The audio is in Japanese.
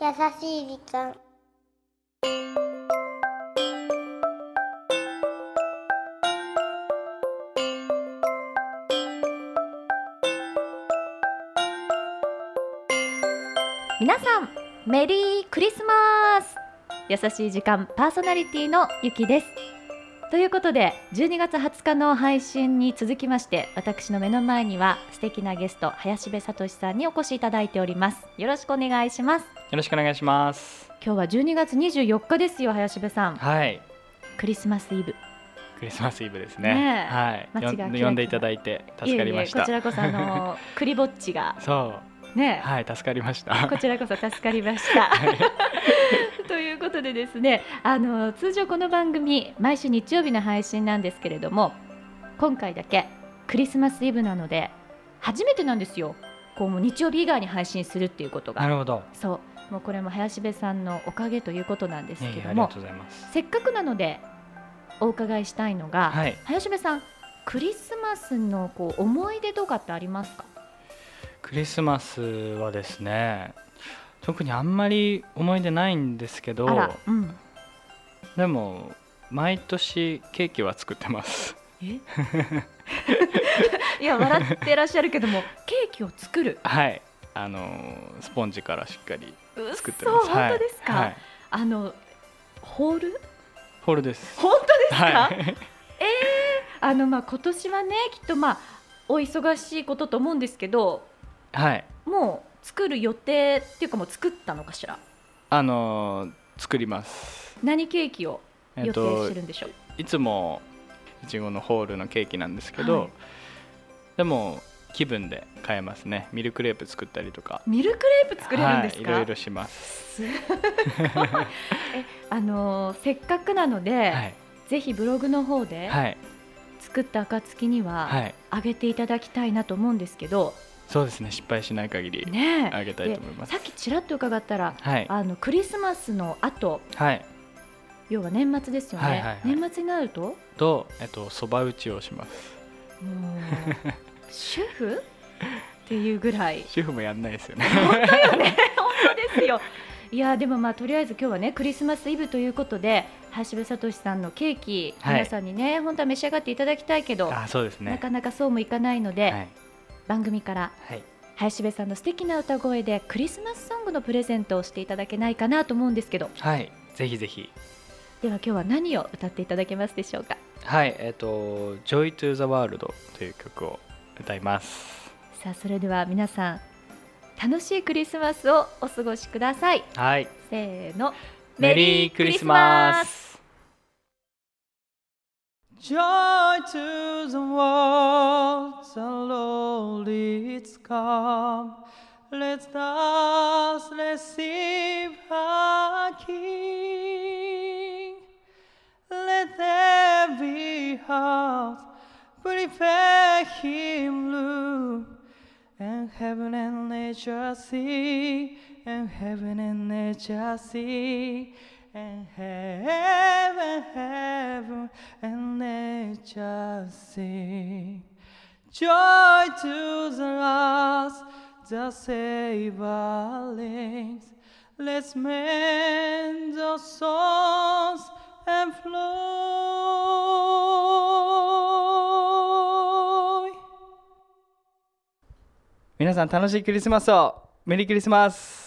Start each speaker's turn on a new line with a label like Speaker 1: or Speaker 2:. Speaker 1: 優しい時間
Speaker 2: 皆さんメリークリスマス優しい時間パーソナリティのゆきですということで12月20日の配信に続きまして私の目の前には素敵なゲスト林部聡さんにお越しいただいておりますよろしくお願いします
Speaker 3: よろしくお願いします。
Speaker 2: 今日は12月24日ですよ林部さん
Speaker 3: はい、
Speaker 2: クリスマスイブ
Speaker 3: クリスマスイブです
Speaker 2: ね
Speaker 3: ね。
Speaker 2: え
Speaker 3: はい、
Speaker 2: 街
Speaker 3: よ
Speaker 2: がキラキ
Speaker 3: ん
Speaker 2: ラ
Speaker 3: 呼んでいただいて助かりま
Speaker 2: いえい
Speaker 3: し
Speaker 2: え
Speaker 3: た。
Speaker 2: こちらこそあ のクリぼっちが
Speaker 3: そう、
Speaker 2: ね、
Speaker 3: はい、助かりま した
Speaker 2: こ。ちらこそ助かりました。ということでですねあの通常この番組毎週日曜日の配信なんですけれども今回だけクリスマスイブなので初めてなんですよこうもう日曜日以外に配信するっていうこと
Speaker 3: な
Speaker 2: が
Speaker 3: るほど。
Speaker 2: そうもうこれも林部さんのおかげということなんです
Speaker 3: いえい
Speaker 2: け
Speaker 3: えあ
Speaker 2: ど
Speaker 3: り
Speaker 2: も
Speaker 3: がとうございます。
Speaker 2: せっかくなのでお伺いしたいのが、
Speaker 3: はい、
Speaker 2: 林部さんクリスマスのこう思い出とかってありますか
Speaker 3: クリスマスはですね。特にあんまり思い出ないんですけど
Speaker 2: あ、ら、うん、
Speaker 3: でも毎年ケーキは作ってます。
Speaker 2: え いや笑ってらっしゃるけどもケーキを作る
Speaker 3: はい、あのースポンジからしっかり作って
Speaker 2: そう
Speaker 3: ます。は
Speaker 2: 本
Speaker 3: い
Speaker 2: 当ですか、
Speaker 3: はい、
Speaker 2: あのホール
Speaker 3: ホールです。
Speaker 2: 本当ですか、
Speaker 3: はい、
Speaker 2: あのまあ今年はねきっとまあお忙しいことと思うんですけど
Speaker 3: はい、
Speaker 2: もう作る予定っていうかもう作ったのかしら
Speaker 3: あのー作ります。
Speaker 2: 何ケーキを
Speaker 3: え
Speaker 2: 予定
Speaker 3: っと
Speaker 2: してるんでしょう、
Speaker 3: いつもいちごのホールのケーキなんですけど、
Speaker 2: はい
Speaker 3: でも気分で変えますねミルクレープ作ったりとか
Speaker 2: ミルクレープ作れるんですか、
Speaker 3: はい、いろいろします、
Speaker 2: すごいえあのせっかくなので、
Speaker 3: はい
Speaker 2: ぜひブログの方で
Speaker 3: はい
Speaker 2: 作った暁には、
Speaker 3: はい
Speaker 2: 上げていただきたいなと思うんですけど、
Speaker 3: そうですね失敗しない限り
Speaker 2: ねえ
Speaker 3: あげたいと思います
Speaker 2: さっきちらっと伺ったら、
Speaker 3: はい
Speaker 2: あのクリスマスの後
Speaker 3: はい
Speaker 2: 要は年末ですよね、
Speaker 3: はいはいはい
Speaker 2: 年末になるとも
Speaker 3: とえっとそば打ちをします
Speaker 2: う主婦っていうぐらい
Speaker 3: 主婦もやんないですよね
Speaker 2: 本当ですよいやでもまあとりあえず今日はねクリスマスイブということで橋部聡さんのケーキ、
Speaker 3: はい
Speaker 2: 皆さんにね本当は召し上がっていただきたいけど、
Speaker 3: あそうですね
Speaker 2: なかなかそうもいかないので、
Speaker 3: はい、
Speaker 2: 番組から
Speaker 3: はい、
Speaker 2: 林部さんの素敵な歌声でクリスマスソングのプレゼントをしていただけないかなと思うんですけど
Speaker 3: はい、ぜひぜひ
Speaker 2: では今日は何を歌っていただけますでしょうか
Speaker 3: はいえっと「Joy to the World」という曲を歌います
Speaker 2: さあそれでは皆さん楽しいクリスマスをお過ごしください
Speaker 3: はい
Speaker 2: せーの
Speaker 3: メリークリスマス
Speaker 4: Joy to the world, the Lord is come. Let us receive our King. Let every heart prepare Him room, and heaven and nature sing, and heaven and nature sing, and heaven, heaven and nature sing. Joy to the last, the Savior links. Let's mend the songs and flow.
Speaker 3: 皆さん楽しいクリスマスをメリークリスマス